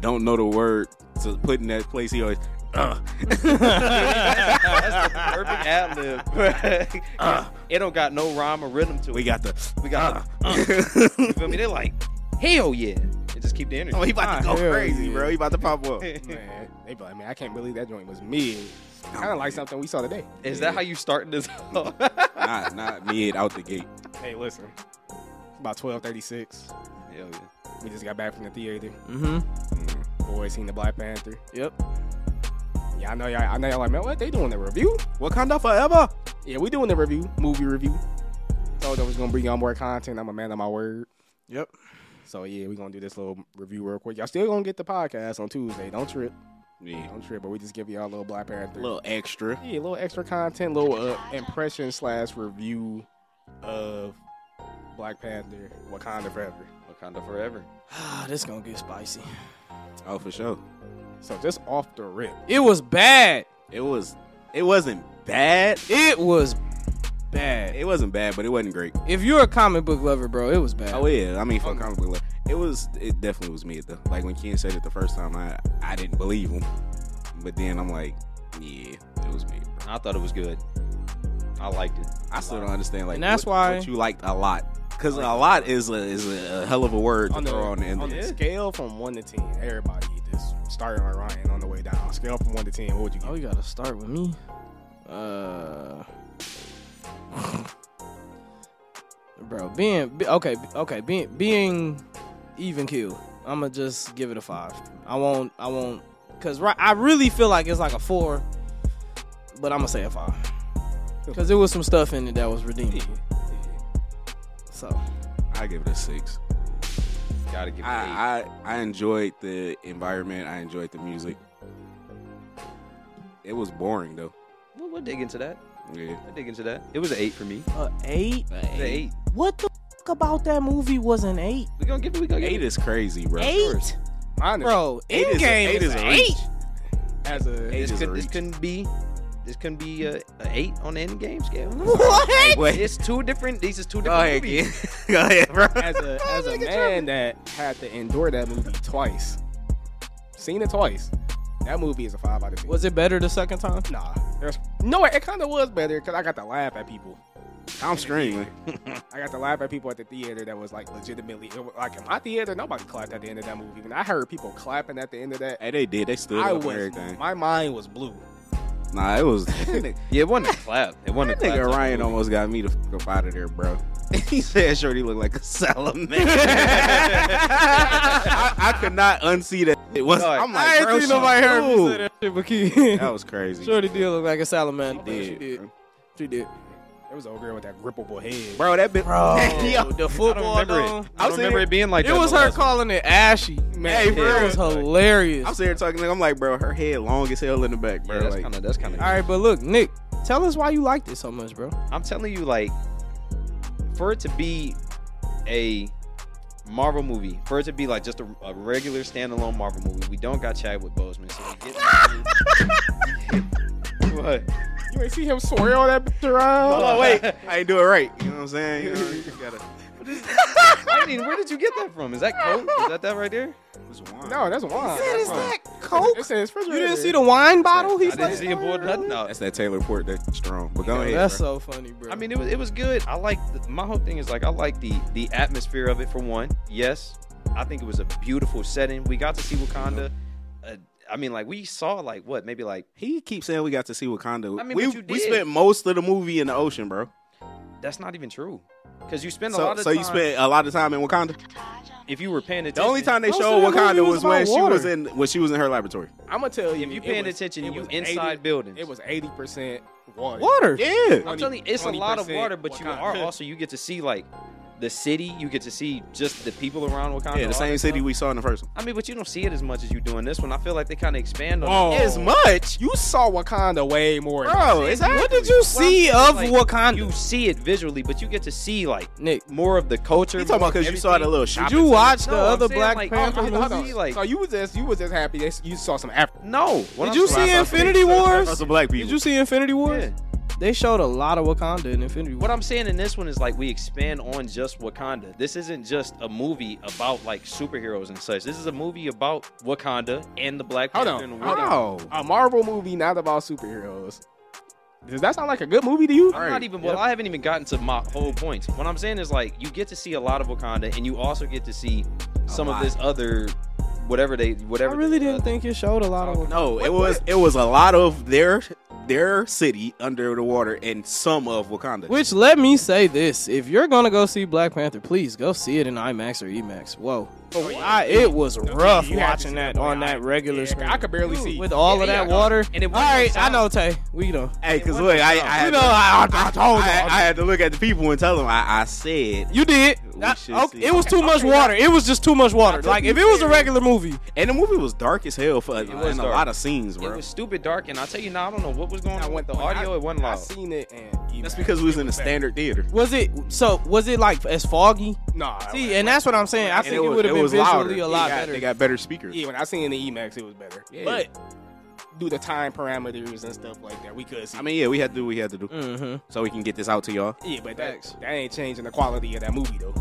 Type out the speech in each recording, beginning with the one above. don't know the word to put in that place. He always, uh, That's the perfect ad lib. it don't got no rhyme or rhythm to it. we got the. we got. Uh, you feel me? They're like, hell yeah! And just keep the energy. oh, he about to Ah, go hell crazy, yeah. bro. He about to pop up. Man, they be like, man, I can't believe that joint was mid. Kind of like something we saw today. Is that how you start this? not, not mid out the gate. Hey, listen, it's about twelve thirty six. Hell yeah. We just got back from the theater. Mm-hmm. Boys seen the Black Panther. Yep. Yeah, I know y'all. I know y'all like, man, what they doing the review? Wakanda forever. Yeah, we doing the review, movie review. Told you I was gonna bring y'all more content. I'm a man of my word. Yep. So yeah, we gonna do this little review real quick. Y'all still gonna get the podcast on Tuesday. Don't trip. Yeah. Don't trip. But we just give y'all a little Black Panther. A little extra. Yeah, a little extra content, little uh, impression slash review of Black Panther, Wakanda Forever. Wakanda forever. Ah, this gonna get spicy. Oh, for sure. So just off the rip, It was bad. It was. It wasn't bad. It was bad. It wasn't bad, but it wasn't great. If you're a comic book lover, bro, it was bad. Oh yeah, I mean for comic book, like, it was it definitely was mid though. Like when Ken said it the first time, I I didn't believe him, but then I'm like, yeah, it was mid. Bro. I thought it was good. I liked it. I still don't understand like And that's what- why- what you liked a lot because a lot is a is a hell of a word to on the, throw on the end. on of the it. scale from one to ten, everybody just starting on Ryan on the way down. Scale from one to ten, what would you give? Oh, you gotta start with me. Uh, bro, being be- okay, okay, being being even keel. I'm gonna just give it a five. I won't, I won't, cause right, I really feel like it's like a four, but I'm gonna say a five, cause there was some stuff in it that was redeemable. So I give it a six. Gotta give it eight. Ah, I, I I enjoyed the environment. I enjoyed the music. It was boring though. We'll, we'll dig into that. Yeah. We'll dig into that. It was an eight for me. a eight. It's an eight. What the fuck about that movie was an eight? We gonna give it. We gonna Eight give it. is crazy, bro. Eight, Mine is- Oh, bro. Eight is In a- game eight is is a an reach. eight. as a Eight This, is a could, this reach. couldn't be. This couldn't be a, a eight on the end game scale. What? Wait. It's two different. These is two Go different ahead, movies. Ken. Go ahead, bro. as a as a man that had to endure that movie twice, seen it twice. That movie is a five out of ten. Was it better the second time? Nah, there's no. It kind of was better because I got to laugh at people. I'm screaming. I got to laugh at people at the theater that was like legitimately it was, like in my theater. Nobody clapped at the end of that movie. When I heard people clapping at the end of that, Hey, they did. They stood I up was and everything. my mind was blue. Nah, it was. that Yeah, it wasn't a clap. It wasn't a clap. nigga type Ryan movie. almost got me to fuck up out of there, bro. he said Shorty looked like a salamander. I, I could not unsee that. It was. No, I'm I like, ain't bro, seen nobody heard me cool. say that shit, but Key. That was crazy. Shorty did look like a salamander. She She did, did. bro. She did. It was an old girl with that grippable head. Bro, that bitch. Yo, the I don't football remember though. it. Oh. I I'm don't sitting here- remember it being like It that. was though. her calling it ashy. Man, Hey, it bro. was hilarious. I'm sitting here talking. Like, I'm like, bro, her head long as hell in the back, bro. Yeah, that's like, kind of. That's kind of. All right, but look, Nick, tell us why you liked it so much, bro. I'm telling you, like, for it to be a Marvel movie, for it to be like just a, a regular standalone Marvel movie, we don't got Chadwick Boseman, so we get. what? You ain't see him swear all that bitch around. hold on, oh, wait. I ain't do it right. You know what I'm saying? You know, you gotta. I mean, where did you get that from? Is that Coke? Is that that right there? It's wine. No, that's wine. What is That's wine. that Coke? It's in his refrigerator. You didn't see the wine bottle? I He's didn't like, see him pour nothing out. that's that Taylor Port that's strong. But go ahead. that's bro. so funny, bro. I mean, it was it was good. I like the, my whole thing is like I like the the atmosphere of it for one. Yes, I think it was a beautiful setting. We got to see Wakanda. Uh, I mean, like we saw like what maybe like He keeps saying we got to see Wakanda. I mean, we, but you we did. spent most of the movie in the ocean, bro. that's not even true because you spend a So, lot of so time, you spent a lot of time in Wakanda. if you were paying attention. The only time they Most of showed that movie Wakanda was was, when about she was water. in when she was in her laboratory. I'm gonna tell you. if you it paying was- it attention, you was inside 80 buildings. It was eighty percent water. water. Yeah, I'm telling you, it's a lot of 20% water, but you Wakanda. are also you get to see like the city. You get to see just the people around Wakanda. yeah, all the same that city stuff. we saw in the first one. I mean, but you don't see it as much as you do in this one. I feel like they kind of expand on. Oh. it. As much, You saw Wakanda way more. bro. exactly. What did you see Well, of like, Wakanda? You see it visually, but you get to see like Nick, more of the culture. You talking about because you saw that little did shopping? you center? watch the No, I'm other saying, Black like, Panther hold on, hold on. movie? like- so you was just you was just happy that you saw some Africa. No. What Did I'm saying- you see I thought- Infinity Wars? That's the black people. Did you see Infinity Wars? Yeah. They showed a lot of Wakanda in Infinity War. What I'm saying in this one is like we expand on just Wakanda. This isn't just a movie about like superheroes and such. This is a movie about Wakanda and the Black Hold Panther on, and the hold Wakanda. on. A Marvel movie not about superheroes. Does that sound like a good movie to you? I'm not even. Well, I haven't even gotten to my whole point. What I'm saying is like you get to see a lot of Wakanda, and you also get to see some of lot. this other, whatever they, whatever. I really the- didn't think it showed a lot of Wakanda. No, it was it was a lot of their their city under the water and some of Wakanda. Which let me say this: if you're gonna go see Black Panther, please go see it in IMAX or EMAX. Whoa, I, it was rough you had to watching see that that on movie. that regular Yeah, screen. I could barely see. with all Yeah, of yeah, that I know. water. And it all wasn't right, I sound. know Tay. We know. hey, because look, I, I had You to, know, I, I, I told I, you. I had to look at the people and tell them I, I said, you did. We Not- should okay, see it was too much water. It was just too much water. Like if it was a regular movie, and the movie was dark as hell for was in a dark. lot of scenes, bro. It was stupid dark, and I tell you now, I don't know what was going on I with went the audio. I, it wasn't I loud. seen it and That's because we was in a standard theater. was it? So was it like as foggy? Nah. See, and that's what I'm saying. I And it think it was- would have it been was louder. visually a They lot got- better. They got better speakers. yeah, when I seen it in the Emax, it was better. Yeah. But Do the time parameters and stuff like that, we could see. I mean, yeah, we had to do what we had to do hmm so we can get this out to y'all. yeah, but that, Facts. that ain't changing the quality of that movie though.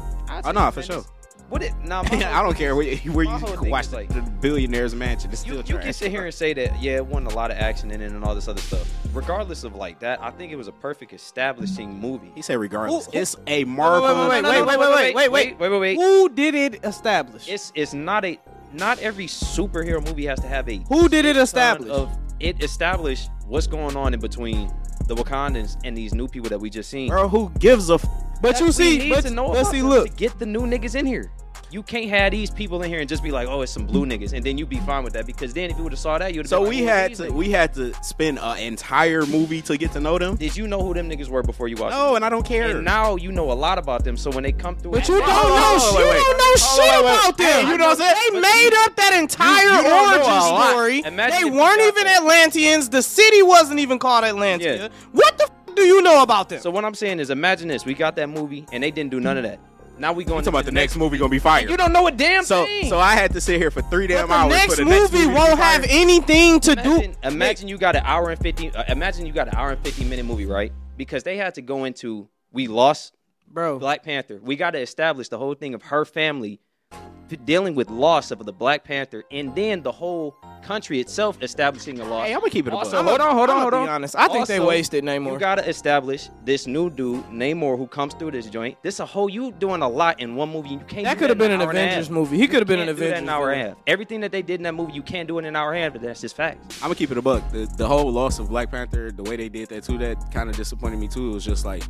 Oh no, for sure. What it? Nah, my I don't care where, you- where my whole you thing watch is the, like- the billionaire's mansion. It's you, still you trash. can sit here and say that yeah it wasn't a lot of action in it and all this other stuff regardless of like that i think it was a perfect establishing movie He said, regardless, Who- who- it's a Marvel. wait, wait, wait, wait, wait, wait, wait wait wait Who did it establish? it's it's not a not every superhero movie has to have a Who did it ton establish? of it established what's going on in between the wakandans and these new people that we just seen Bro, who gives a? F- but you That's- we see, need but, to know but about see, them look, to get the new niggas in here you can't have these people in here and just be like, "Oh, it's some blue niggas," and then you be fine with that because then if you would have saw that, you would. so been like, we "Who are had these to niggas?" we had to spend an entire movie to get to know them. Did you know who them niggas were before you watched? No, it? and I don't care. And now you know a lot about them. So when they come through, but you don't hold on, know. hold on, shit- wait, you wait. don't know Hold on, shit wait, wait. about them. Hey, you know what I'm saying? They made up that you don't know a lot. entire origin story. Imagine they if we weren't got even that. Atlanteans. The city wasn't even called Atlantia. Yeah. What the f- do you know about them? So what I'm saying is, imagine this: we got that movie, and they didn't do none of that. Now we going I'm to talking about the next movie gonna be fire. You don't know a damn So thing. so I had to sit here for three but damn the hours. next for the movie next movie to be won't fire. have anything to imagine, do. imagine you got an hour and fifty. Uh, imagine you got an hour and fifty minute movie, right? Because they had to go into we lost bro. Black Panther. We got to establish the whole thing of her family p- dealing with loss of the Black Panther, and then the whole country itself establishing the loss. Hey, I'm gonna keep it a Also, buck. hold on, hold on, I'ma hold be on. honest. I think they Also, wasted You Namor. gotta establish this new dude, Namor, who comes through this joint. This a whole you doing a lot in one movie. You can't. that do could in have been an hour and a Avengers half. movie. He could have been an Can't do that in Avengers. an hour and a movie. half. Everything that they did in that movie, you can't do it in an hour and a half. But that's just facts. I'm gonna keep it a buck. The, the whole loss of Black Panther, the way they did that too, that kind of disappointed me too. It was just like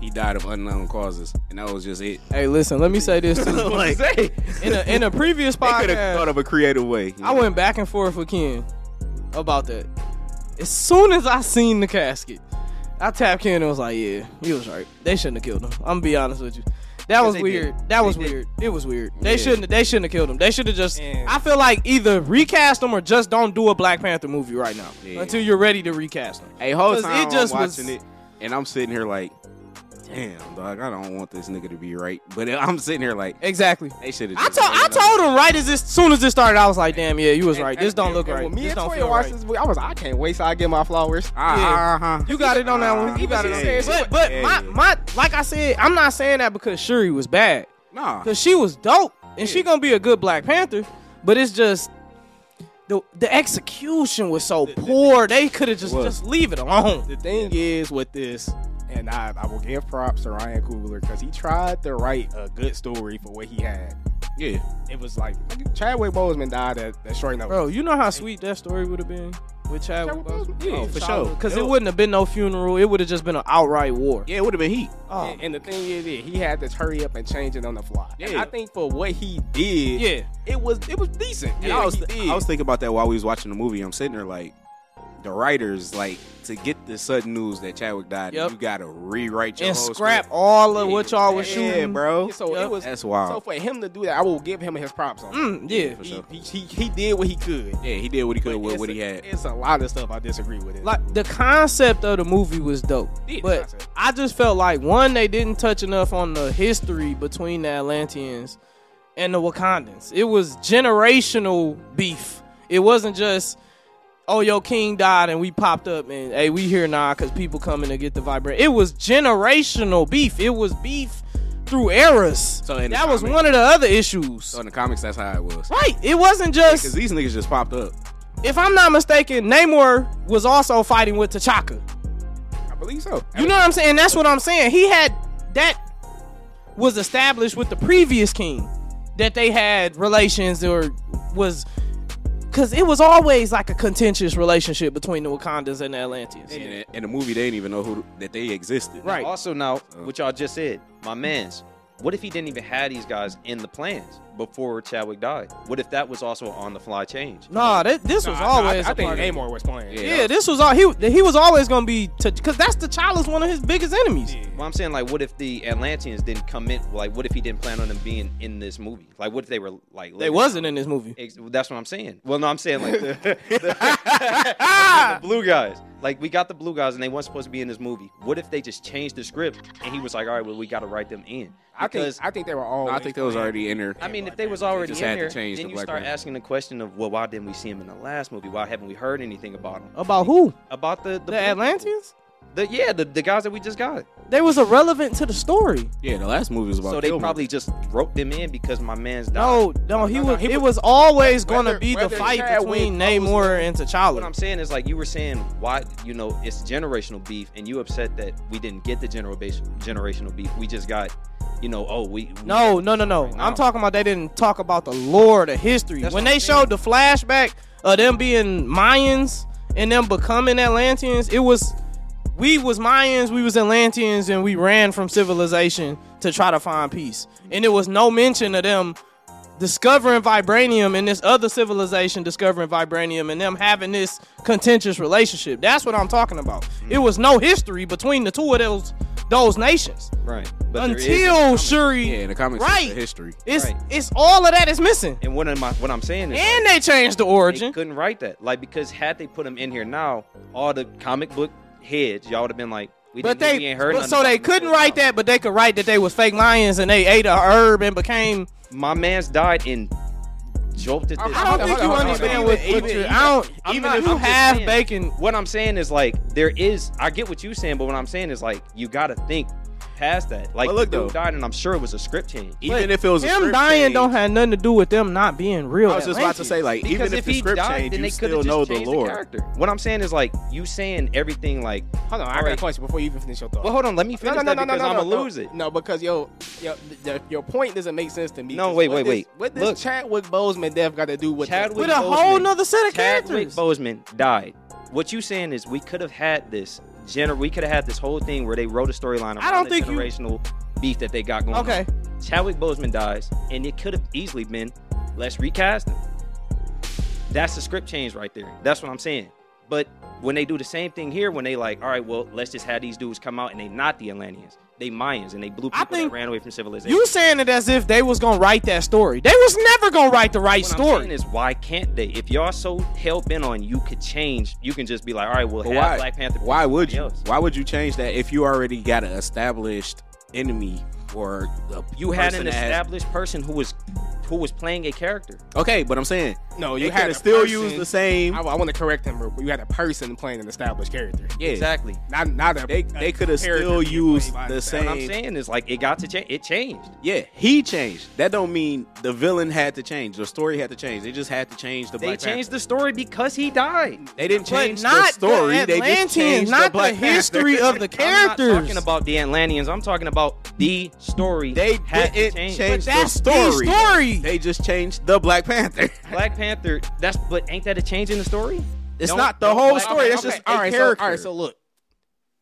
he died of unknown causes, and that was just it. Hey, listen. Let me say this too. like they Say, in a in a previous could have podcast, thought of a creative way. I went back and forth with Ken about that. As soon as I seen the casket, I tapped Ken and was like, "Yeah, he was right. They shouldn't have killed him. I'm gonna be honest with you. That was they weird. did. That was They did. weird. It was weird. They Yeah. shouldn't. They shouldn't have killed him. They should have just. And- I feel like either recast him or just don't do a Black Panther movie right now Yeah. until you're ready to recast him. a whole 'Cause time it just I'm was- watching it, and I'm sitting here like, damn, dog, I don't want this nigga to be right. But I'm sitting here like, Exactly. they should have. I told I told him right as this, soon as it started, I was like, "Damn, yeah, you was right. This don't look And right. When me This and don't Toya feel watched right." Ah, this movie, I was I can't wait till I get my flowers. Uh, uh-huh. You got it on that one. You Even got she it on said that she one. wa- But, but yeah, my, yeah. my, like I said, I'm not saying that because Shuri was bad. Nah, Because she was dope. And she going to be a good Black Panther. But it's just, the, the execution was so poor. They could have just, was. just leave it alone. The thing is with this, and I, I will give props to Ryan Coogler because he tried to write a good story for what he had. yeah. It was like Chadwick Boseman died at, at short notice. Bro, you know how sweet that story would have been? With Oh, Chadwick Chadwick Boseman? Boseman? Yeah, for sure. Because it wouldn't have been no funeral. It would have just been an outright war. Yeah, it would have been heat. Oh, And, and the thing is, yeah, he had to hurry up and change it on the fly. And Yeah. I think for what he did, yeah. it was it was decent. And I was I was thinking about that while we was watching the movie. I'm sitting there like the writers like to get the sudden news that Chadwick died. Yep. You gotta rewrite your And whole scrap script. all of what y'all was yeah, shooting. bro. so Yep. it was That's wild. so for him to do that, I will give him his props on. it. Mm, yeah. for sure. he, he, he he did what he could. yeah, he did what he could But with it's what he a- had. It's a lot of stuff I disagree with. It. like the concept of the movie was dope, Yeah, but concept. I just felt like one they didn't touch enough on the history between the Atlanteans and the Wakandans. It was generational beef. It wasn't just oh yo king died and we popped up and hey we here now because people coming to get the vibrant. It was generational beef. It was beef through eras. So in the that was comic- one of the other issues. So in the comics, that's how it was. right. It wasn't just Because these niggas just popped up. if I'm not mistaken, Namor was also fighting with T'Chaka. I believe so. You know what I'm saying? That's what I'm saying. He had that was established with the previous king that they had relations or was because it was always like a contentious relationship between the Wakandans and the Atlanteans. And in, in the movie, they didn't even know who that they existed. Right. Oh. Also, now what y'all just said, my man's. What if he didn't even have these guys in the plans before Chadwick died? What if that was also on the fly change? Nah, that, this No, was I- always. I, I a think part of it. Namor was playing. Yeah. Yeah, this was all he he was always gonna be because that's the child is one of his biggest enemies. Well, I'm saying like, what if the Atlanteans didn't come in? Like, what if he didn't plan on them being in this movie? Like, what if they were like They living- wasn't in this movie. Ex- That's what I'm saying. Well, no, I'm saying like the, the- the blue guys. Like we got the blue guys, and they weren't supposed to be in this movie. What if they just changed the script and he was like, "All right, well, we got to write them in." I think Because- I think they were all. No, I think that was already in there. I mean, if they was already just in had to there, change then the you Black start Panther. asking the question of, well, why didn't we see him in the last movie? Why haven't we heard anything about him? About who? About the The Atlanteans? The, yeah, the, the guys that we just got. They was irrelevant to the story. yeah, the last movie was about. so they Killmonger. probably just wrote them in because my man's died. No, no, he no, was. no, he it was- was always whether- going to be the whether fight Chadwick between goes Namor and What T'Challa. I'm saying is like you were saying why you know it's generational beef and you upset that we didn't get the general base, generational beef. We just got you know oh we, we- No, no, no, no. Right now. I'm talking about they didn't talk about the lore, the history. That's when what they I'm saying. showed the flashback of them being Mayans and them becoming Atlanteans, it was we was Mayans, we was Atlanteans, and we ran from civilization to try to find peace. And it was no mention of them discovering vibranium and this other civilization discovering vibranium and them having this contentious relationship. That's what I'm talking about. Mm-hmm. It was no history between the two of those those nations right there is- until Shuri. yeah, in the comics, it's Right. the history. It's Right. it's all of that is missing. and what am I what I'm saying is And they changed the like, they origin. couldn't write that like because had they put him in here now all the comic book heads y'all would have been like we But didn't, they we ain't heard but nothing so about they him couldn't until write now. that, but they could write that they was fake lions and they ate a herb and became My man's died and jolted. I this- I don't Hold on, think hold you on, hold on, understand hold what on. what Even- you're I don't I'm even not- if I'm you just have saying. bacon What I'm saying is like there is. I get what you're saying, but what I'm saying is like you got to think past that. Like But look, the dude though. died, and I'm sure it was a script change. Even if it was a them script dying change, don't have nothing to do with them not being real. I was just about to Atlanteans. say, like, Because even if, if, the he script died, changed, then you they could still have know just the changed the, lore. character. What I'm saying is like you saying everything like. Hold on, I All got a right. question before you even finish your thought. Well, hold on. Let me finish that because I'm gonna no, lose it. No, because yo, yo, th- th- your point doesn't make sense to me. No, 'Cause wait, what wait, this- wait. What Look. this Chadwick Boseman death got to do with the- Chadwick with a whole Boseman. nother set of Chadwick characters. Boseman died. What you saying is we could have had this gener. We could have had this whole thing where they wrote a storyline around I don't the think you- generational beef that they got going. Okay. on. Chadwick Boseman dies, and it could have easily been let's recast him. That's the script change right there. That's what I'm saying. But when they do the same thing here, when they like, all right, well, let's just have these dudes come out, and they not the Atlanteans, they Mayans, and they blew I people think that ran away from civilization. You saying it as if they was gonna write that story. They was never gonna write the right what I'm saying story. is why can't they? If y'all so hell bent on you could change, you can just be like, all right, well, But have why? Black Panther. why pick would somebody you? else. Why would you change that if you already got an established enemy or a You had person an that has- established person who was who was playing a character. Okay, but I'm saying No, you you had had to a still person- use the same. I, want to correct him. real quick. You had a person playing an established character. yeah, Exactly. Not, not a. They- they a coulda character still being played used by the What himself. same- I'm saying is like it got to change. It changed. Yeah, he changed. That don't mean the villain had to change. The story had to change. They just had to change the. They Black changed the story because he died. Panther. They didn't change But not the story. the they just changed Atlanteans, not the, Black Panther. history of the characters. I'm not talking about the Atlanteans. I'm talking about the story. They had to didn't change. change, But that's the story. the story. They just changed the Black Panther. Black Panther. That's but ain't that a change in the story? It's Don't- not the don't Oh, whole Black- story. okay, it's just all right, a character. So, all right, so look,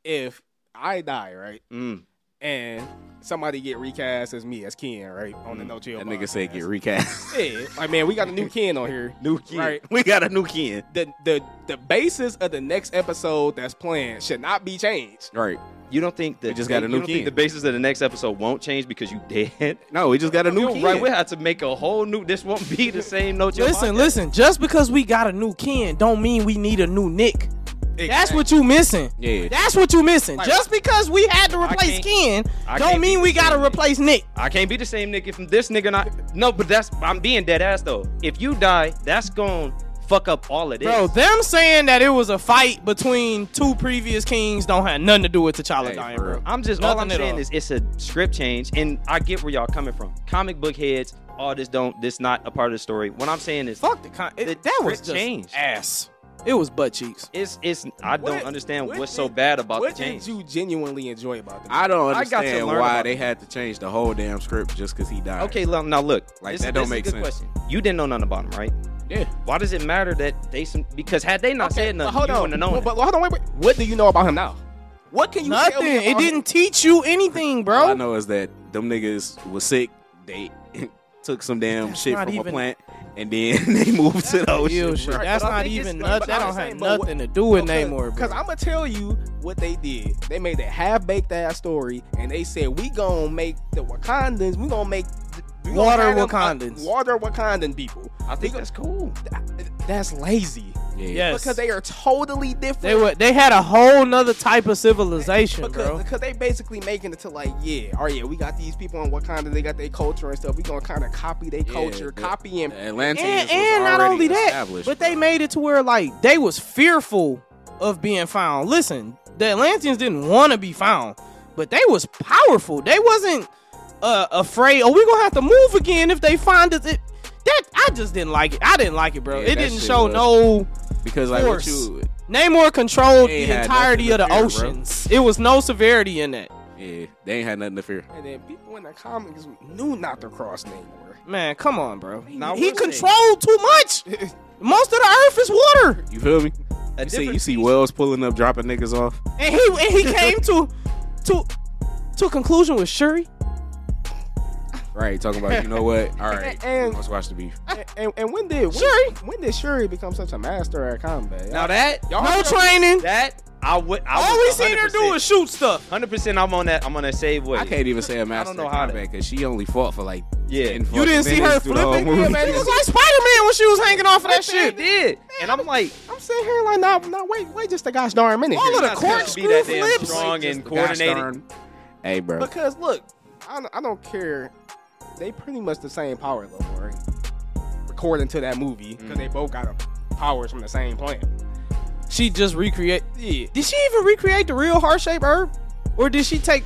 if I die, right, Mm. and somebody get recast as me as Ken, right, on the No Chill. that nigga podcast. said get recast. Yeah, like man, we got a new Ken on here. new Ken. Right. We got a new Ken. The the the basis of the next episode that's planned should not be changed. Right. You don't think that We just got a you new don't think kid. the basis of the next episode won't change because you dead? No, we just got a new You're Ken. right, we have to make a whole new. This won't be the same. No, Joe Listen, podcast. listen. Just because we got a new Ken, don't mean we need a new Nick. That's what you missing. Yeah. That's what you missing. Like- just because we had to replace can't- Ken, I don't can't mean be we gotta saying Nick. replace Nick. I can't be the same Nick if this nigga not. No, but that's I'm being dead ass though. If you die, that's gonna fuck up all of this. Bro, them saying that it was a fight between two previous kings don't have nothing to do with T'Challa Hey, dying, for bro. real. I'm just all I'm Nothing at saying all. is it's a script change, and I get where y'all coming from. Comic book heads, all this don't this not a part of the story. What I'm saying is Fuck the con. It, The that was script just changed. ass. It was butt cheeks. it's it's I What- don't understand what what's did- so bad about the What did change. you genuinely enjoy about this? I don't I got to understand learn why about they had to change the whole damn script just because he died. Okay, lo- now look, Like, this, that is- don't this make is a good sense. question. You didn't know nothing about him, right? Yeah. Why does it matter that they some because had they not said but nothing, hold you on. wouldn't have known. Well, it. but hold on, wait, wait. What do you know about him now? What can you Tell Nothing. me about It him? didn't teach you anything, bro. All I know is that them niggas was sick. They took some damn That's shit not from a even- plant and then they moved to the Ew, ocean. shit. right, That's but I not think it's- even but nothing. That I'm don't have saying, but what- nothing to do with Namor, bro. Because I'm gonna tell you what they did. They made a half baked ass story, and they said we gonna make the Wakandans. We gonna make th- we gonna Water have them, uh, Wakandans. water Wakandan people. I think We that's cool. th- That's lazy Yeah. Yes. because they are totally different. They were they had a whole nother type of civilization, because, bro. because they basically making it to like, yeah, all right, yeah, we got these people in Wakanda, they got their culture and stuff. We gonna kind of copy their Yeah, culture, the- copy and Atlanteans And, was and not already only that, established, but bro. they made it to where like they was fearful of being found. Listen, the Atlanteans didn't want to be found, but they was powerful. They wasn't uh, afraid. Oh, we gonna have to move again if they find us. It, that I just didn't like it. I didn't like it, bro. Yeah, it that didn't shit show was- no. because like what force. you, Namor controlled They the had entirety of nothing the to fear, bro. oceans. It was no severity in that. yeah, they ain't had nothing to fear. And then people in the comics knew not to cross Namor. Man, come on, bro. Now, he what's it? controlled too much. Most of the earth is water, You feel me? A You see, different you see species- Wells pulling up, dropping niggas off. and he and he came to to to a conclusion with Shuri. Right, talking about you know what? All right, And- let's watch the beef. And, and, and when did when, Shuri? when did Shuri become such a master at combat? Now that Y'all No feel- training. that I would I All we was seen her do is shoot stuff. hundred percent. I'm on that. I'm on that save wave. I can't even say a master. know how to- because she only fought for like Yeah. 10 You fucking didn't see her minutes through the whole flipping. movie. Yeah, man, it was like Spider Man when she was hanging off of that She shit. did, and I'm like, I'm sitting here like, nah, nah, wait, wait, just a gosh darn minute. All here. of the not cork supposed to be that screw damn flips. strong and Gosh coordinated. darn. Hey, bro. because look, I, don't- I don't care. They pretty much the same power level, right? According to that movie, because Mm. they both got a, powers from the same plant. She just recreate. Yeah, Did she even recreate the real heart shape herb, or did she take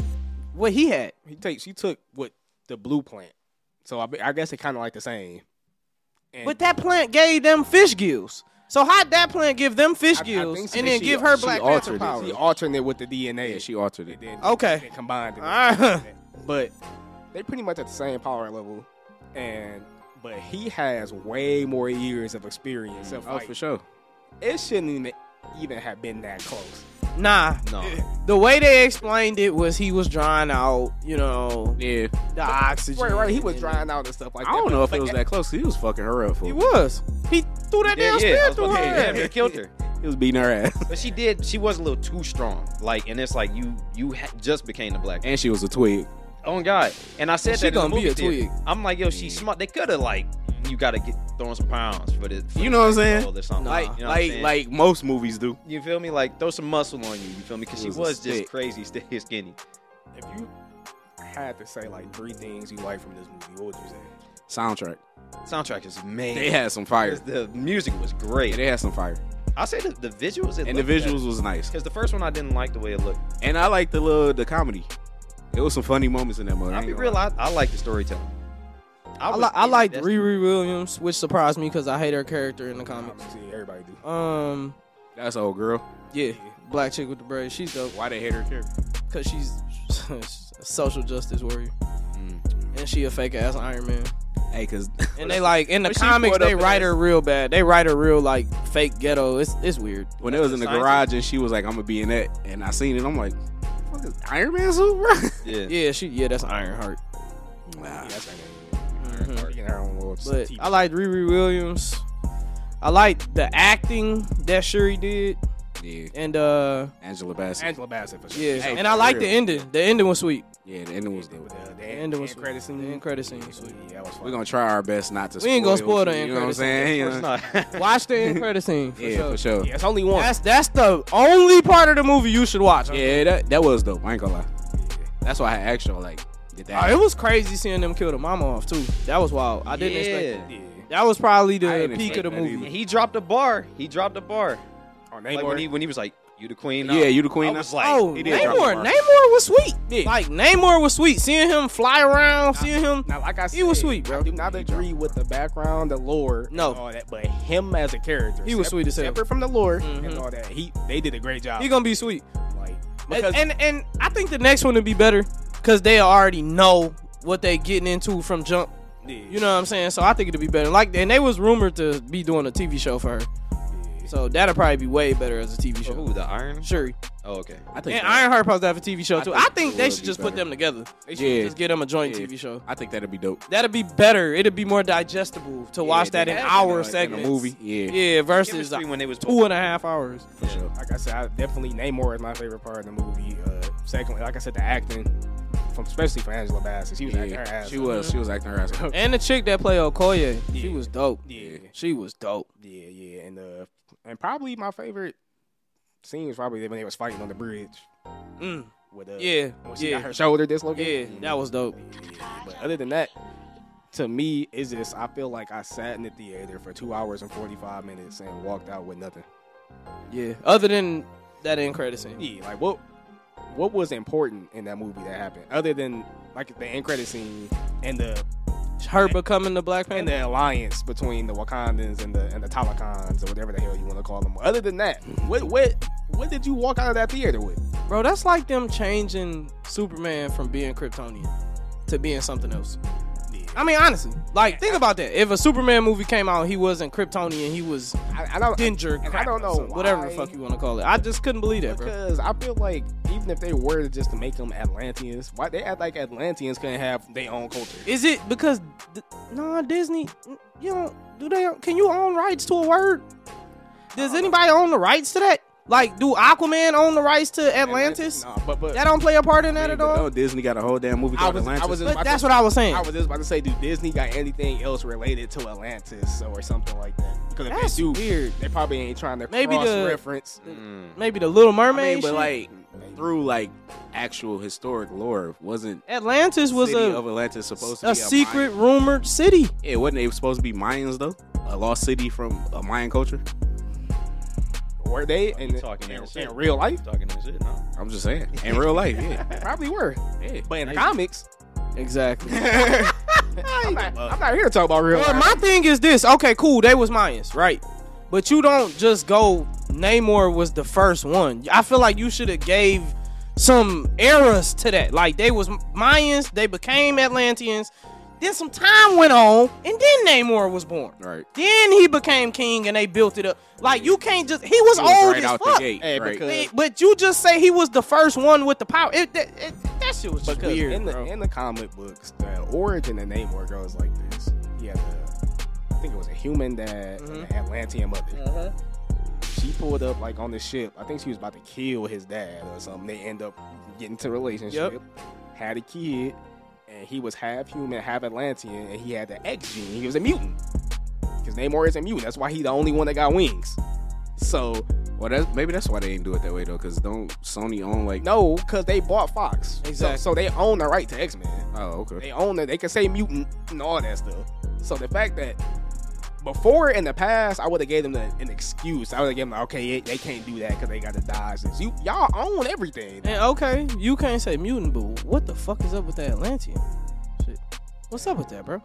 what he had? he takes. She took what the blue plant, so I, be- I guess it kind of like the same. And But that plant gave them fish gills. So how'd that plant give them fish I- I think gills so. and then She- give her she black altered panther it. power? she altering it with the DNA. yeah, she altered it. and then Okay. they combined it. Ah, but they pretty much at the same power level, and but he has way more years of experience. Of Oh, like, for sure. It shouldn't even, even have been that close. nah. No, The way they explained it was he was drying out, you know, Yeah. the oxygen. Right, right. He was and- drying out and stuff like I that. don't but- know if but it was that close. 'cause He was fucking her up for He it. was. He threw that yeah, damn yeah, I spear was through about to say, her. damn, near killed her. He was beating her ass. But she did. She was a little too strong. Like, and it's like you you ha- just became the black. And she was a twig. Oh God! And I said that She in the gonna be movie a theater. twig. I'm like, yo, she's smart. They could have like, you gotta get throwing some pounds for the. for You the know what I'm black saying? gold Or something. Nah. Like, you know what I'm like saying? like most movies do. you feel me? Like, throw some muscle on you. You feel me? Because She she was was, a just stick. crazy, sti- skinny. If you had to say like three things you like from this movie, what would you say? Soundtrack. Soundtrack is amazing. They had some fire. the music was Yeah, great. they had some fire. I say the, the visuals And the visuals was nice. Because the first one I didn't like the way it looked. And I liked the little the comedy. There was some funny moments in that movie. I'll ain't be gonna real. lie. I, I like the storytelling. I, was li- I liked invested. Riri Williams, which surprised me because I hate her character in the comics. Obviously, everybody do. Um, That's old girl. yeah, black chick with the braids. She's dope Why they hate her character? because she's a social justice warrior, and she a fake ass Iron Man. Hey, cause And they like in the But she comics, poured up they in write that- her real bad. They write her real like fake ghetto. It's it's weird. when it was in the Scientist. garage and she was like, "I'm gonna be in that," and I seen it, I'm like, "What is Iron Man suit, bro?" Yeah. Yeah, she yeah that's Ironheart. Nah. Yeah, that's her name. Mhm. Speaking her own words, But TV. I liked Riri Williams. I liked the acting that Shuri did, Yeah, and uh Angela Bassett. Angela Bassett for sure. yeah, Hey, and I for liked the real. ending. The ending was sweet. yeah, the ending was With dope. The, the, the end was sweet. credit scene. The end credit scene was sweet. Yeah, that was fun. We're gonna try our best not to. We ain't gonna spoil the You know end what I'm credits scene, saying? Of course not. Watch the end credit scene. For yeah, sure. for sure. Yeah, it's only one. That's that's the only part of the movie you should watch. Yeah, that that was dope. I ain't gonna lie. That's why I asked y'all like, did Uh, that? it was crazy seeing them kill the mama off too. That was wild. I didn't Yeah. expect. yeah. That was probably I the didn't peak of expect the that movie. either. He dropped a bar. He dropped a bar. on Like when he when he was like, "You the queen." now." Yeah, you the queen. I was now? like, oh, he did drop the Namor! bar. Namor was sweet. Yeah. Like Namor was sweet. Seeing him fly around, seeing him. Now, like I said, He was sweet, bro. I do not agree with the background, the lore, No. and all that, but him as a character, He was sep- sweet as hell. Separate from the lore and Mhm. all that, he they did a great job. He gonna be sweet. like because And, and and I think the next one would be better because they already know what they getting into from jump. You know what I'm saying? So I think it'll be better. Like and they was rumored to be doing a TV show for her. So that'll probably be way better as a TV For show. who the Iron? Sure. Oh, okay. I think that- And Ironheart probably have a TV show I too. I think think, it they would should be just put better. them together. They should Yeah. just get them a joint Yeah. TV show. I think that'd be dope. That'll be better. It'll be more digestible to watch that in they- in hour a, segments. in a movie. Yeah, Yeah, versus uh, Chemistry when they was two and a half hours. for sure. like I said, I definitely Namor is my favorite part of the movie. Uh, secondly, like I said, the acting, from especially for Angela Bassett, she was acting her Yeah. ass. She off. was. She was acting her ass off. And the chick that played Okoye, she Yeah. was dope. Yeah, She was dope. yeah, yeah, and uh, and probably my favorite scene was probably when they was fighting on the bridge Mm. with uh, Yeah, when she got yeah, her shoulder dislocated. yeah. That was dope. But other than that, to me, is just I feel like I sat in the theater for two hours and forty five minutes and walked out with nothing. Yeah. Other than that end credit scene. Yeah, like what what was important in that movie that happened other than like the end credit scene and the Her becoming the Black and Panther. the alliance between the Wakandans and the and the Talakans or whatever the hell you want to call them. Other than that, what what what did you walk out of that theater with? Bro, that's like them changing Superman from being Kryptonian to being something else. I mean, honestly, like think about that. If a Superman movie came out, he wasn't Kryptonian, he was I, I don't Dinger. and I Crap, don't know whatever the why. fuck you want to call it. I just couldn't believe that, bro. because I feel like even if they were just to make them Atlanteans, why they act like Atlanteans couldn't have their own culture? Is it because D- nah, Disney? You don't do they? Can you own rights to a word? Does anybody own the rights to that? Like, do Aquaman own the rights to Atlantis? Nah, but but That don't play a part in that Even at all. though Disney got a whole damn movie I called was I Atlantis. was just But about that's to, what I was saying. I was just about to say, do Disney got anything else related to Atlantis or something like that? Because if That's they do, weird. they probably ain't trying to Maybe the- cross reference. Mm. Maybe the Little I Mermaid, mean, but shit. like Mm-hmm. through like actual historic lore, wasn't Atlantis was city a of Atlantis supposed to be a secret Mayan? rumored city. Yeah, wasn't it supposed to be Mayans though? A lost city from a Mayan culture. Were they in, talking in, that shit. in real life? Talking that shit. No. I'm just saying, in real life, yeah. They probably were. yeah. But in the comics, Exactly. I'm not, I'm not here to talk about real Well, life. my thing is this. Okay, cool. They was Mayans, right? But you don't just go. Namor was the first one. I feel like you should have gave some eras to that. Like they was Mayans. They became Atlanteans. Then some time went on, and then Namor was born. Right. Then he became king, and they built it up. Like you can't just. He was, It was old right as out fuck. the gate. Hey, right. because- But- But you just say he was the first one with the power. It, that, it, that shit was just Because weird, in the bro. in the comic books, the origin of Namor goes like this: He had a, I think it was a human dad and an Atlantean mother. Uh-huh. She pulled up like on the ship. I think she was about to kill his dad or something. They end up getting to a relationship, had a kid, and he was half human, half Atlantean, and he had the X gene. He was a mutant because Namor is a mutant. That's why he the only one that got wings. So Well, that's maybe that's why they didn't do it that way though, because don't Sony own like? no, because they bought Fox, So- Exactly. So, they own the right to X Men. Oh, okay. They own it. They can say mutant and all that stuff. So the fact that before in the past, I would have gave them the, an excuse. I would have given them, okay, they, they can't do that because they got to dodge this. You y'all own everything. And okay, you can't say mutant, but what the fuck is up with that Atlantean? Shit. What's up with that, bro?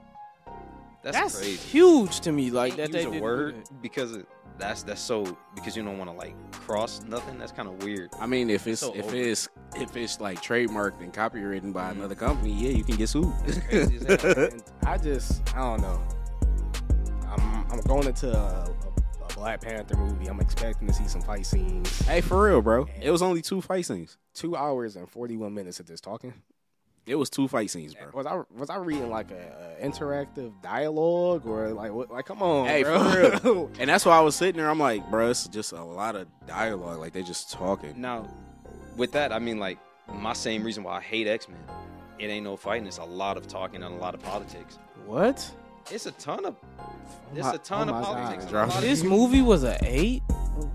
That's, crazy. huge to me. Like that Can't they use didn't a do word that. because it, that's that's so because you don't want to like cross nothing. That's kind of weird. I mean, if it's So if over. it's if it's like trademarked and copywritten by another company, yeah, you can get sued. crazy as hell. And I just I don't know. I'm I'm going into a, a, a Black Panther movie. I'm expecting to see some fight scenes. hey, for real, bro. It was only two fight scenes. Two hours and forty one minutes of this talking. It was two fight scenes, bro. Was I was I reading like a, a interactive dialogue or like what? Like come on, Hey, bro. for real. and that's why I was sitting there. I'm like, bro, it's just a lot of dialogue. Like they just talking. Now, with that, I mean like my same reason why I hate X Men. It ain't no fighting. It's a lot of talking and a lot of politics. What? It's a ton of Oh it's my- a ton oh of my politics. God. and a lot of- This movie was a eight.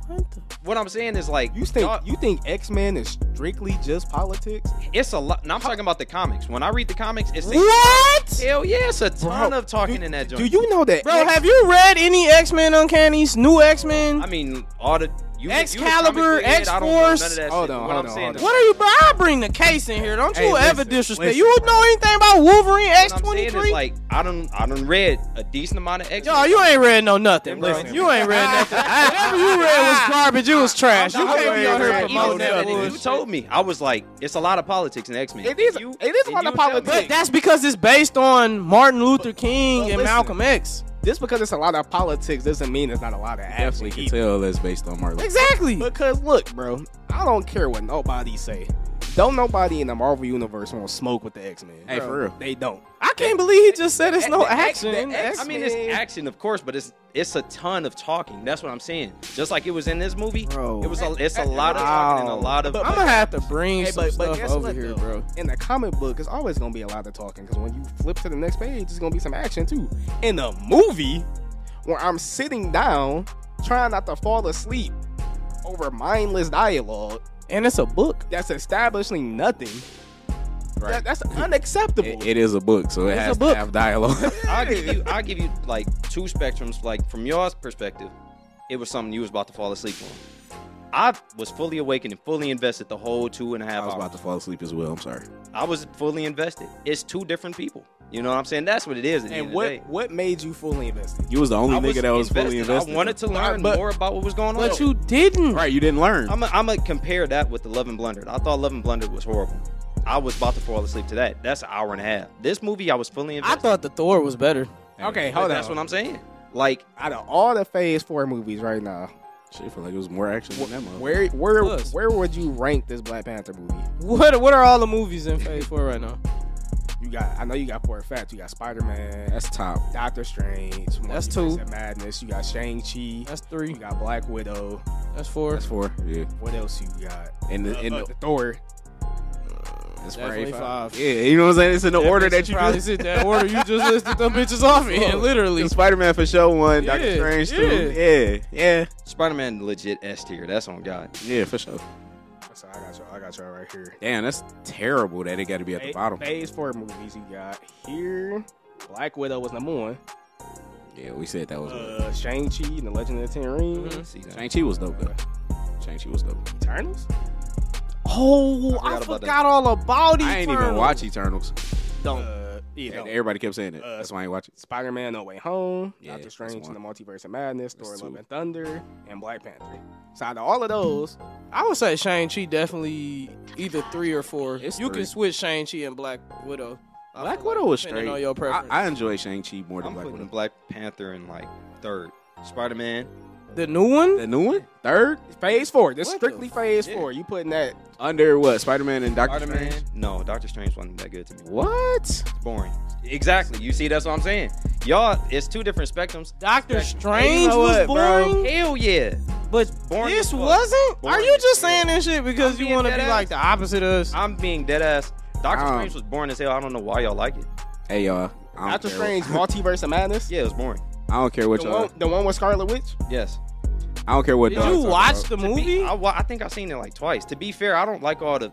What the what I'm saying is like You think y'all- you think X Men is strictly just politics? it's a lot. No, I'm talking about the comics. When I read the comics, it's a, What? hell yeah, it's a ton Bro, of talking do, in that joint. Do you know that? Bro, have you read any X Men Uncanny's new X Men? I mean, all the you, you a Excalibur, comic book head, I don't know X-Force. none of that Hold shit. on, What hold I'm on, saying hold is- on. What are you? Bro, I bring the case in here. Don't Hey, you ever listen, disrespect? listen, you would know anything about Wolverine X What I'm twenty saying is three? like I don't I don't read a decent amount of X. Yo, you ain't read no nothing, bro. Listen. You ain't read nothing. Whatever you read was garbage. It was trash. You I'm can't be not out here reading nothing. promoting that Even You bullshit. told me I was like, it's a lot of politics in X Men. It is- it is a lot of politics. But that's because it's based on Martin Luther King and listen. Malcolm X. Just because it's a lot of politics doesn't mean it's not a lot of Definitely action. can either. tell that's based on Marvel. Exactly. Because look, bro, I don't care what nobody say. Don't nobody in the Marvel universe want to smoke with the X Men. Hey, for real. they don't. I can't believe he just said it's no The X- action. the in X- I mean, it's X-Men. action, of course, but it's it's a ton of talking. That's what I'm saying. Just like it was in this movie, Bro. it was a, it's a lot of talking and a lot of. But- I'm gonna have to bring Hey, some but, but stuff guess over what, here, though? bro. In the comic book, it's always gonna be a lot of talking because when you flip to the next page, it's gonna be some action too. In a movie, where I'm sitting down trying not to fall asleep over mindless dialogue And it's a book. that's establishing nothing, Right. that- that's unacceptable. It- it is a book, so it It's a has book. to have dialogue. I'll give you I'll give you like two spectrums. Like from your perspective, it was something you was about to fall asleep on. I was fully awakened and fully invested the whole two and a half I was hours. about to fall asleep as well. I'm sorry. I was fully invested. It's two different people. You know what I'm saying? That's what it is. At the end of and the what day. what made you fully invested? You was the only I nigga that was fully invested. I wanted to learn Alright, but- more about what was going on. But you didn't. Right, you didn't learn. I'm gonna compare that with the Love and Blundered. I thought Love and Blundered was horrible. I was about to fall asleep to that. That's an hour and a half. This movie, I was fully I invested. thought the Thor was better. Okay, But hold that's on. what I'm saying. Like Out of all the Phase Four movies right now, Shit, feel like it was more action than that motherfucker. where where Plus. where would you rank this Black Panther movie? What What are all the movies in Phase Four right now? You got I know you got for a fact you got Spider Man, That's top. Doctor Strange, That's Multiverse two. of Madness. You got Shang Chi. That's You three. got Black Widow. That's four. That's four. Yeah. What else you got? And the, and uh, the, the Thor. that's Definitely five. Yeah, you know what I'm saying? It's in the That order bitch that is you probably just. sit that order you just listed them bitches off in, literally. Spider Man for sure one. Doctor Yeah, Strange too. Yeah, yeah, Spider Man, legit S tier. That's on God. yeah, for sure. So I got y'all. I got y'all right here. Damn, that's terrible that it got to be at the Fa- bottom. Phase four movies you got here. Black Widow was number one. Yeah, we said that was. Uh, Shang Chi and the Legend of the Ten Rings. Mhm. See, Shang Chi was dope though. Shang Chi was dope. Mm-hmm. Eternals. Oh, I forgot I forgot, about that. all about I ain't even Eternals. watch Eternals. Don't. Uh, yeah, Oh. And don't. everybody kept saying it. Uh, That's why I ain't watch it. Spider Man No Way Home, Yeah, Doctor that's Strange one. and the Multiverse of Madness, That's Thor two. Love and Thunder, and Black Panther. So out of all of those, I would say Shang Chi definitely either three or four. It's you three. can switch Shang Chi and Black Widow. I Black feel like, Widow was depending straight. on your I, preference. I enjoy Shang Chi more than I'm Black putting Widow. Black Panther in like third. Spider Man. the new one. The new one, third phase four. This What strictly the- phase yeah. four. You putting that under what? Spider Man and Doctor Spider Man. Strange. No, Doctor Strange wasn't that good to me. What? It's boring. Exactly. You see, that's what I'm saying. Y'all, it's two different spectrums. Doctor Spectrum. Strange You know was what, bro? boring, Hell yeah. but Boring as this fuck. wasn't. Boring Are you as just hell. saying this shit because I'm you being want to be dead like ass. the opposite of us? I'm being dead ass. Doctor Um, Strange was boring as hell. I don't know why y'all like it. Hey y'all. I don't Doctor care. Strange Multiverse of Madness? Yeah, it was boring. I don't care what The y'all. one, the one with Scarlet Witch? Yes. I don't care what. Did y'all you talking watch about. the To be- movie? I, wa- I think I've seen it like twice. To be fair, I don't like all the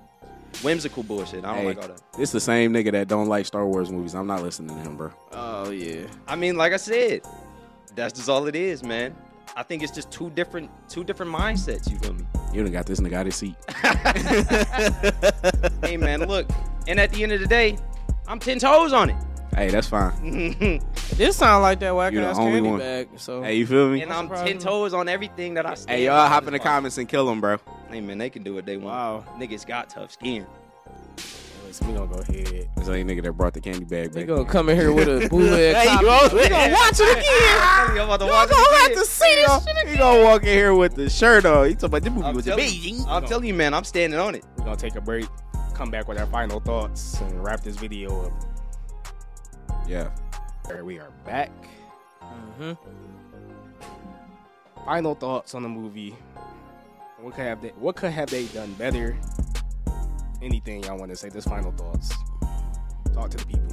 whimsical bullshit. I don't Hey, like all that. It's the same nigga that don't like Star Wars movies. I'm not listening to him, bro. Oh yeah. I mean, like I said, that's just all it is, man. I think it's just two different, two different mindsets. You feel me? You done got this nigga out his seat. hey, man, look. And at the end of the day, I'm ten toes on Hey, that's fine. it, This sound like that whack You the ass only candy one. bag. So Hey, you feel me? and I'm surprised. ten toes on everything that I stand. Hey, y'all on hop this in the podcast. comments and kill him, bro. Hey, man, they can do what they want. wow. Niggas got tough skin. Listen, we gonna go ahead. This ain't nigga that brought the candy bag They back. gonna come in here with a bootleg copy. We gonna watch it again. I'm about to Y'all watch it gonna have again. to see this shit He gonna walk in here with the shirt on. He talking about this movie I'm was telling- amazing. I'm telling you, man, I'm standing on it. We're gonna take a break, come back with our final thoughts, and wrap this video up. Yeah. All right, we are back. Mm-hmm. Final thoughts on the movie. What could have they what could have they done better? Anything y'all wanna say, just final thoughts. Talk to the people.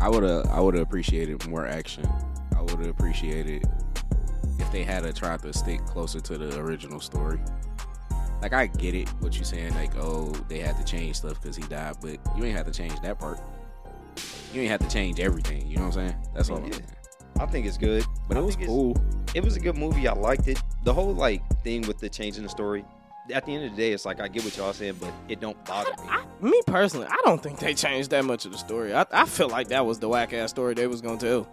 I would have I would have appreciated more action. I would have appreciated if they had a tried to stick closer to the original story. Like I get it, what you're saying. Like, oh, they had to change stuff because he died, but you ain't have to change that part. You ain't have to change everything. You know what I'm saying? That's all. I'm Yeah. saying. I think it's good. But I it was think it's- cool. It was a good movie. I liked it. The whole like thing with the change in the story. At the end of the day, it's like I get what y'all saying, but it don't bother me. Me personally, I don't think they changed that much of the story. I, I feel like that was the whack ass story they was gonna tell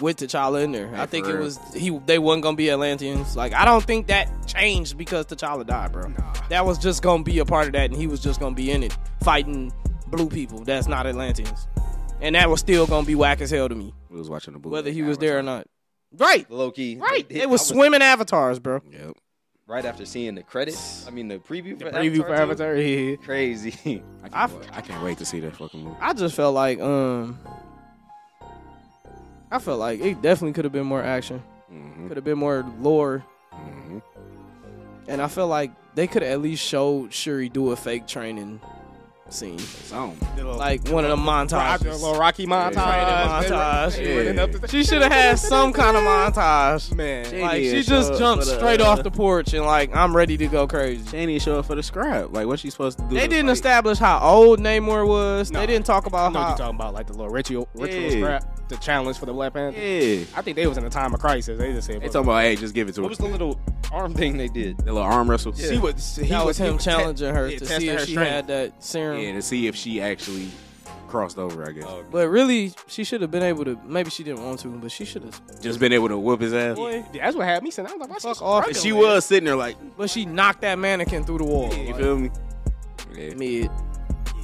with T'Challa in there. Yeah, I think for it real. was he they wasn't gonna be Atlanteans. Like I don't think that changed because T'Challa died, bro. Nah. That was just gonna be a part of that, and he was just gonna be in it fighting blue people that's not Atlanteans, and that was still gonna be whack as hell to me, We was watching the movie. whether he was there or not. Right, Low key, right. They I was swimming avatars, bro. Yep. right after seeing the credits. I mean, the preview. For Preview for too. Avatar. Yeah. Crazy. I I f- can't, wa- I can't wait to see that fucking movie. I just felt like um I felt like it definitely could have been more action. Mm-hmm. hmm Could have been more lore. hmm And I feel like they could at least show Shuri do a fake training scene. So Like one of the Rock- montages. little Rocky montage. Training montage. They running up the- She should have had some kind of montage. Man. Like did she just show jumped up for the- straight uh, off the uh, porch and like I'm ready to go crazy. Shani show up for the scribe. Like what she supposed to do? They to didn't fight? establish how old Namor was. Nah. They didn't talk I about know what you're how. talking about, like the little ritual, ritual Yeah. scrap, the challenge for the Black Panther. Yeah. I think they was in a time of crisis. They just said, They "Look, talking about hey, just give it to her. What was the little arm thing they did? The little arm wrestle. Yeah. She was. He That was was, he him was te- challenging her yeah, to see testing if her she strength. had that serum. Yeah, to see if she actually crossed over. I guess Oh, But really, she should have been able to. Maybe she didn't want to, but she should have. just been able to whoop his ass. Boy, Yeah, that's what had me saying. I was like, "Why Fuck she off. struggling?" And she was sitting there like, But she knocked that mannequin through the wall. you Like, feel me? Yeah. mid.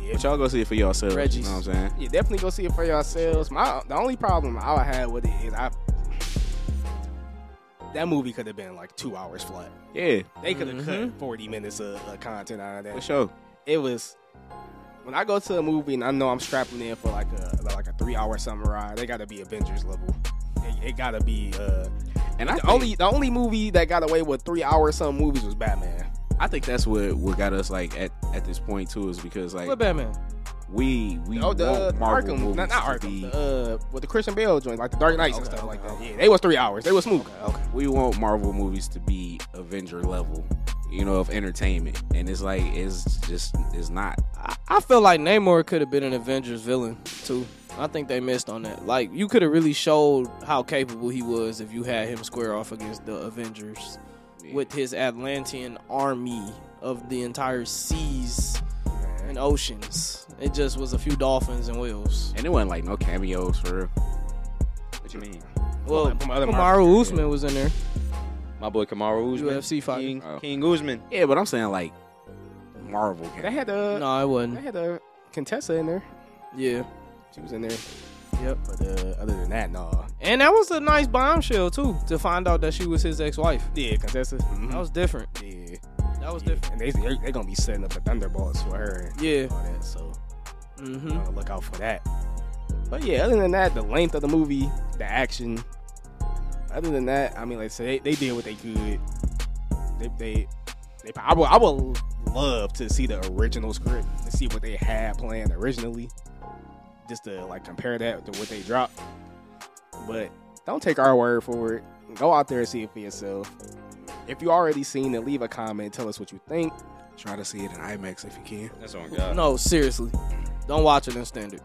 Yeah, But y'all go see it for yourselves. Reggie's. You know what I'm saying? you definitely go see it for yourselves. My the only problem I had with it is I that movie could have been like two hours flat. Yeah, They could have Mhm. cut forty minutes of, of content out of that. for sure. It was when I go to a movie and I know I'm strapping in for like a like a three hour samurai. They got to be Avengers level. It, it gotta be uh, And I the think, only the only movie that got away with three hours some movies was Batman. I think that's what what got us like at, at this point too is because like What Batman? we we Oh, the uh, want Marvel Arkham, movies not, not to Arkham, be- the, uh, with the Christian Bale joint, like the Dark Knights and Okay, stuff like okay, that. Yeah, they was three hours. They was smooth. we want Marvel movies to be Avenger level, you know, of entertainment. And it's like it's just it's not. I, I feel like Namor could have been an Avengers villain too. I think they missed on that. Like you could have really showed how capable he was if you had him square off against the Avengers with his Atlantean army of the entire seas and oceans. It just was a few dolphins and whales. and it wasn't like no cameos for real. what you mean? Well, from other Kamaru Usman was in there. My boy Kamaru Usman, UFC fighter. King, Oh. King Usman. Yeah, but I'm saying like Marvel. They Came. had a No, it they wasn't. had a Contessa in there. Yeah. She was in there. Yep. But uh, other than that, no. And that was a nice bombshell too to find out that she was his ex-wife. Yeah, Contessa. mhm. That was different. yeah, That was yeah. different. And they they're, they're gonna be setting up the Thunderbolts for her. And Yeah. All that. So Mm-hmm. I'm gonna look out for that. But yeah, other than that, the length of the movie, the action. Other than that, I mean, like I said, they, they did what they could. They, they, they. I would, I would love to see the original script and see what they had planned originally, just to like compare that to what they dropped. But don't take our word for it. Go out there and see it for yourself. If you already seen it, leave a comment. Tell us what you think. Try to see it in IMAX if you can. That's on God. No, seriously. Don't watch it in standard.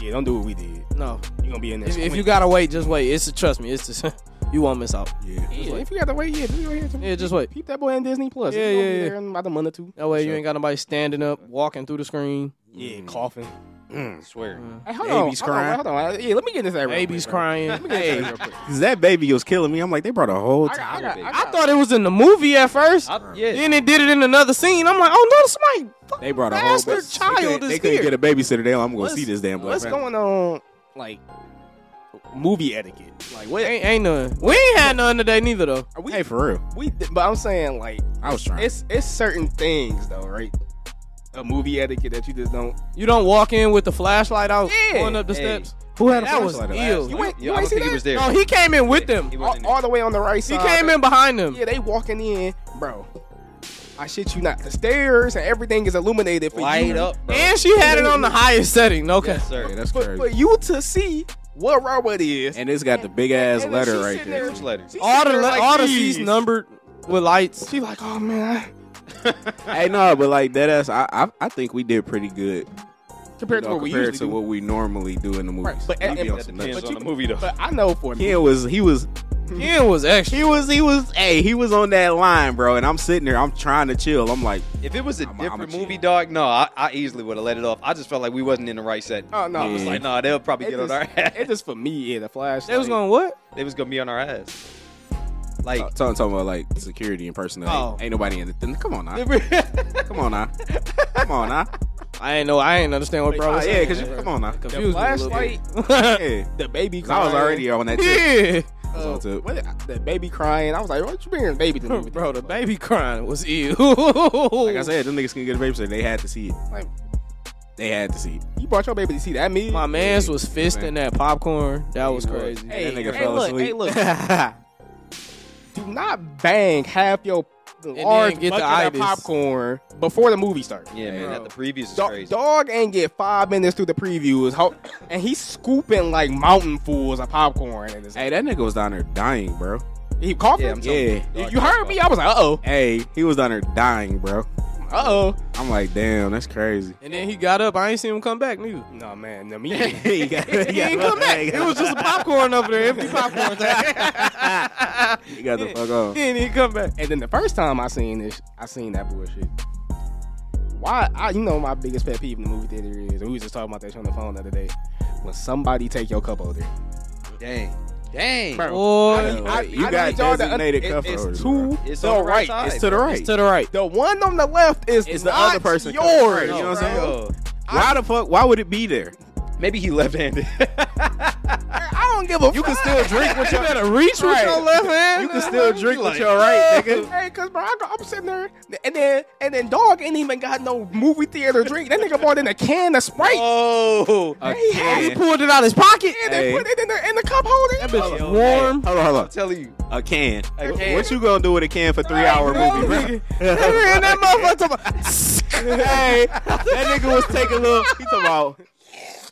Yeah, don't do what we did. No. You're gonna be in there. If, if you squinting. gotta wait, just wait. It's trust me, it's the you won't miss out. Yeah. Yeah, if you got to wait, yeah, just go ahead. Yeah, just wait. Keep that boy in Disney Plus. Yeah, It's gonna yeah, be yeah. There in about a month or two. That way you Sure. ain't got nobody standing up, walking through the screen. Yeah, coughing. I swear. Mm. Hey, hold Baby's on, hold crying. on, hold on. Yeah, let me get this out. real Baby's quick, bro. crying. Let me get this Hey. out real quick. Cause that baby was killing me. I'm like, they brought a whole I got, I got, I got, I thought it was in the movie at first. I, yeah. Then it did it in another scene. I'm like, oh no, somebody fuck- They brought a whole bastard ba- child They, couldn't- is they couldn't here. get a babysitter. They, I'm gonna What's- see this damn black. what's Panther. going on, like movie etiquette? Like what? ain't, ain't none. We ain't had none today neither though. Are we, Hey, for real. we, but I'm saying like I was trying. it's it's certain things though, right? A movie etiquette that you just don't. You don't walk in with the flashlight out Yeah. going up the Hey. steps. Who had that was flashlight? ill. You ain't, Yeah, I you ain't don't see think he that. was there. No, he came in with them. He all, wasn't all the way on the right He side. came in behind them. Yeah, they walking in, bro. I shit you not. The stairs and everything is illuminated for light you. up, bro. And she had it on the highest setting. Okay. Yes, sir. Yeah, that's But crazy. for you to see what robot is. And it's got the big ass And then letter she right sitting there. there- Which letter? she All sitting the there le- like all the these. seats numbered with lights. She like, oh man, hey, no, but like that ass, I, I I think we did pretty good I- compared you to know, what we compared usually to do. what we normally do in the movies. Right, but- We and- be and- on That some depends nut but on you- the movie though. but I know for me, Ken was he was Ken was he extra. was he was hey he was on that line, bro. And I'm sitting there, I'm trying to chill. I'm like, If it was I'm a a- I'm a different cheater. movie, dog, no, I, I easily would have let it off. I just felt like we wasn't in the right set. oh no, I was Yeah. like, nah, they'll probably it get just, on our ass. it just for me, yeah, the flash. They was going what? They was gonna be on our ass. Oh, Like, talking, talking about like security and personnel. Oh. Ain't nobody in the thing. Come on now, come on now, come on now. I ain't know. I ain't understand what bro Nah, was yeah, saying. because you come on now. Confused the me a little flashlight, bit. Yeah, the baby. 'Cause I was crying. already on that. Tip. yeah. I was on tip. What- the baby crying. I was like, what you bringing baby to the movie? Bro, the theater? baby crying was ew. Like I said, them niggas can get a babysitter. They had to see it. Like they had to see it. You brought your baby to see that movie? my man's was man. fisting that popcorn. That was crazy. Hey, Hey, that nigga hey, fell look, asleep. hey, look. Do not bang half your large get the bucket itis. of popcorn before the movie starts. yeah, man, that the previews is Dog, crazy. dog ain't get five minutes through the previews, ho- and he's scooping like mountain fools of popcorn. And Hey, that nigga was down there dying, bro. he coughing. Yeah, I'm telling you. You- Dog, you heard me. I was like, uh oh, Hey, he was down there dying, bro. uh oh. I'm like, damn, that's crazy. And then he got up. I ain't seen him come back neither. No man, no he me. got, He didn't come back. It was just a popcorn over there, empty popcorn. He got the fuck off. he didn't even come back. and then the first time I seen this, I seen that bullshit. Why? I, you know, my biggest pet peeve in the movie theater is, and we was just talking about that shit on the phone the other day, when somebody take your cup holder. Dang, dang. Boy, I- you need got y'all to under- designated it- cup holders, It's bro. to It's the on the right right. side. It's to the right. to the right. The one on the left is It's the not other person cup. Yours. Right, you know what I'm saying? Bro. why the fuck? Why would it be there? Maybe he left-handed. I don't give a. You can fuck. still drink with You your. better reach with Right. your left hand. You can still drink with your right, Hey, nigga. Hey, cause bro, I go- I'm sitting there, and then and then dog ain't even got no movie theater drink. That nigga bought in a can of Sprite. oh, A He can. had He pulled it out his pocket. and Hey. they put it in the in the cup holder. That Hold bitch on. warm. Hold on, hold on. I'm telling you. A can. A Wh- can. What you gonna do with a can for three hour no, movie, bro? nigga. Nigga, and that motherfucker talking about- hey, that nigga was taking a little. He talking about.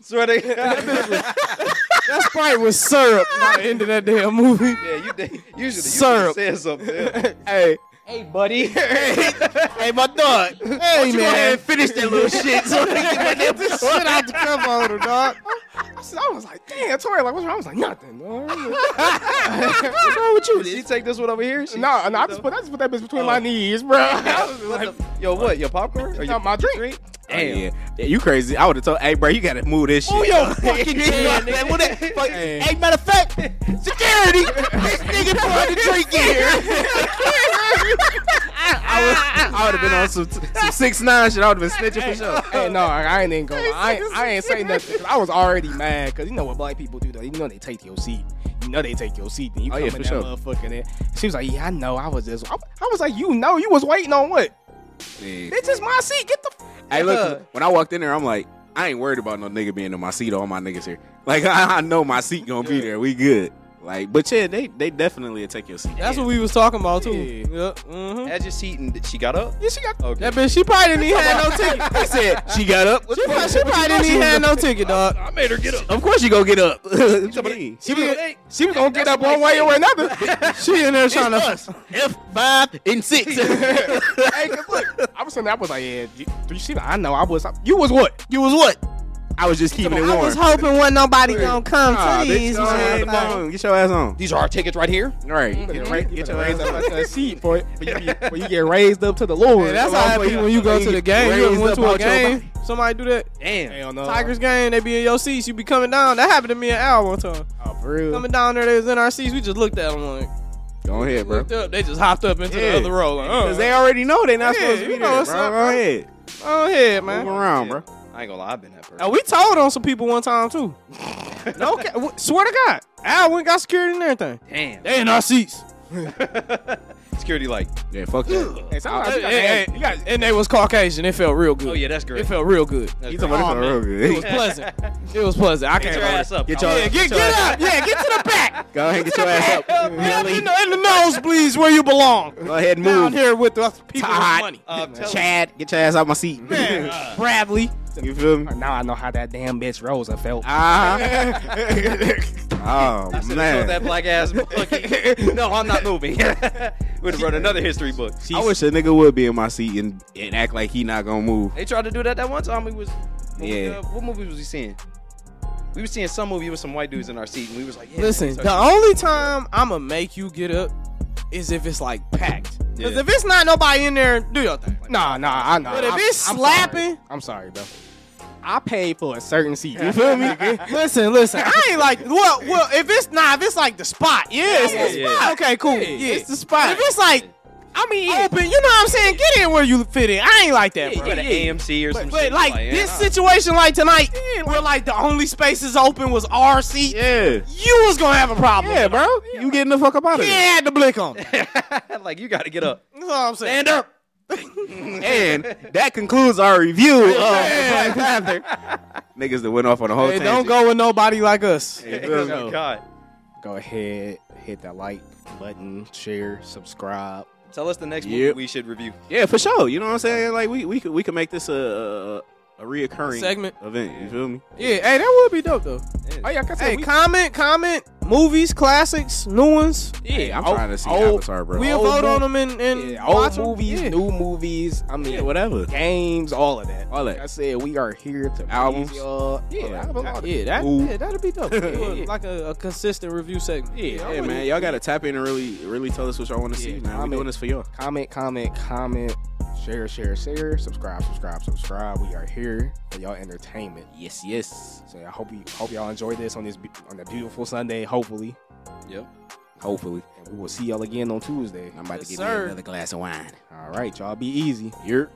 Swear to God. That Sprite was syrup by the end of that damn movie. yeah, you did. Usually, Syrup. you says something. Yeah. Hey, hey, buddy. hey, my dog. Hey, Go ahead man. and finish that little shit. So we can get that This shit out the cup holder, dog. I, said- I was like, damn, Tori, like what's wrong? I was like, nothing. No, What's wrong with you? Did she take this one over here? She, no, no, I just put I just put that bitch between Oh. my knees, bro. I was just like, Yo, what? Your popcorn? Or your not my drink. Damn. Oh, yeah. Oh, Yeah, you crazy. I would have told, hey, bro, you gotta move this shit. Move your fucking can, nigga. What that- fuck- Hey. Hey, matter of fact, security, this nigga poured the drink in here. I, I would have been on some, some six nine shit. I would have been snitching for sure. Hey, no, I I ain't even going. I ain't- I ain't say nothing. 'cause I was already mad because you know what black people do though. You know they take your seat. You know they take your seat. Then you Oh, come yeah, in for that sure. motherfucker. There. She was like, "Yeah, I know. I was just. I, I was like, you know, you was waiting on what? Yeah. This is my seat. Get the. f- Hey, look, when I walked in there, I'm like, I ain't worried about no nigga being in my seat. All my niggas here. Like, I, I know my seat gonna be there. We good. Like, but yeah, they they definitely take your seat. That's what we was talking about, too. Yeah. Yep. mhm. Had your seat and she got up? Yeah, she got. Oh, Okay. That bitch, she probably didn't even have no ticket. I said. She got up. She probably, she probably didn't even have no ticket, dog. I made her get up. Of course you gonna get up. What you mean? She was, she was gonna get up one way or another. hey, She in there trying to. F five and six. 'cause look, I was sitting there. I was like, yeah, you- do you see? that? I know. I was. You was what? you was what? I was just keeping it I warm. was hoping wasn't nobody gonna come. Nah, bitch, Please, go ahead, come motherfucker. on, get your ass on. These are our tickets right here. All right, You get better your, ra- get your ass on. you better raise up out that seat for for you, for you get raised up to the Lord. Hey, that's how it be when you go to the game. You ever went to a Raised up out your game? Oh. Somebody do that? Damn. Hell no. Tigers game, they be in your seats. You be coming down. That happened to me and Al one time. Oh, for real. Coming down there, they was in our seats. We just looked at them like, Go ahead, bro. looked up. They just hopped up into Yeah. the other row. Like, oh, Cause they already know they're not Yeah, supposed to be you know there, bro. what's up, Go bro. ahead, go ahead, move man. around, bro. I ain't gonna lie, I've been that person. And we told on some people one time too. no, ca- w- swear to God, Al went got security and everything. Damn. They in our seats. Security like, Yeah, fuck that. Hey, sometimes Hey, you gotta hey, ask- hey, and they was Caucasian. It felt real good. oh yeah, that's great. it felt real good. That's You great. talking about this real It was good? pleasant. it was pleasant. I Get can't. your ass up. Get dog. your- Yeah, get get up. Yeah, get to the back. Go ahead, and get your ass up. Get in, the, in the nose, please, where you belong. Go ahead, and move. Down here with us people with Todd. money. Uh, I'm telling you. uh. Chad, get your ass out my seat. Bradley, You feel me? Now I know how that damn bitch Rosa felt. Uh-huh. Oh I should have man, sold that black ass monkey. no, I'm not moving. Would have wrote another history book. I wish a nigga would be in my seat and, and act like he not gonna move. They tried to do that that one time. We was when we, Yeah. uh, what movies was we seeing? We was seeing some movie with some white dudes in our seat, and we was like, yeah, Listen, so- the only time I'ma make you get up is if it's like packed. Because Yeah. if it's not nobody in there, do your thing. Nah, nah, I know. But if I'm- it's I'm slapping- sorry. I'm sorry, bro. I paid for a certain seat. You feel me? nigga? Listen, listen. I ain't like well, well. If it's nah, if it's like the spot, yeah, it's the Yeah, yeah. spot. Okay, cool. Yeah, it's the spot. If it's like I mean, open, you know what I'm saying? Get in where you fit in. I ain't like that, Yeah, bro. you go to AMC or some But shit. like yeah, this nah. situation, like tonight, where like the only spaces open was our seat, Yeah, you was gonna have a problem. yeah, bro. You getting the fuck up out You of ain't here? had the blick on. That's like you got to get up. what I'm saying. Stand up. And that concludes our review of Black Panther. Niggas that went off on a whole Hey, tangent. don't go with nobody like us. You oh feel me? my God. go ahead, hit that like button, share, subscribe. Tell us the next movie Yep. we should review. Yeah, for sure. You know what I'm saying? Like we we could we could make this a a, a reoccurring Segment. event. You feel me? Yeah, hey, that would be dope though. Oh yeah, I said Hey, we- comment, comment, movies, classics, new ones. Yeah, I'm Oh, trying to see oh, Avatar, bro. We'll Oh, vote mo- on them and, and yeah, watch old 'em. movies, Yeah. new movies. I mean, yeah, whatever. games, all of that. All Like I that. said, we are here to Albums. praise y'all. Yeah, All that. album, all that. uh, Yeah, that Ooh. yeah, that'd be dope. Yeah, yeah. Like a, a consistent review segment. Yeah, I hey, wouldn't- man, y'all gotta tap in and really really tell us what y'all want to see, Yeah, man. We comment. doing this for y'all. Comment, comment, comment. Share, share, share. Subscribe, subscribe, subscribe. We are here for y'all entertainment. Yes, yes. So I hope you hope y'all enjoy this on this be- on a beautiful Sunday. Hopefully, Hopefully, and we will see y'all again on Tuesday. I'm about Yes, to get me sir. another glass of wine. All right, y'all be easy. You're.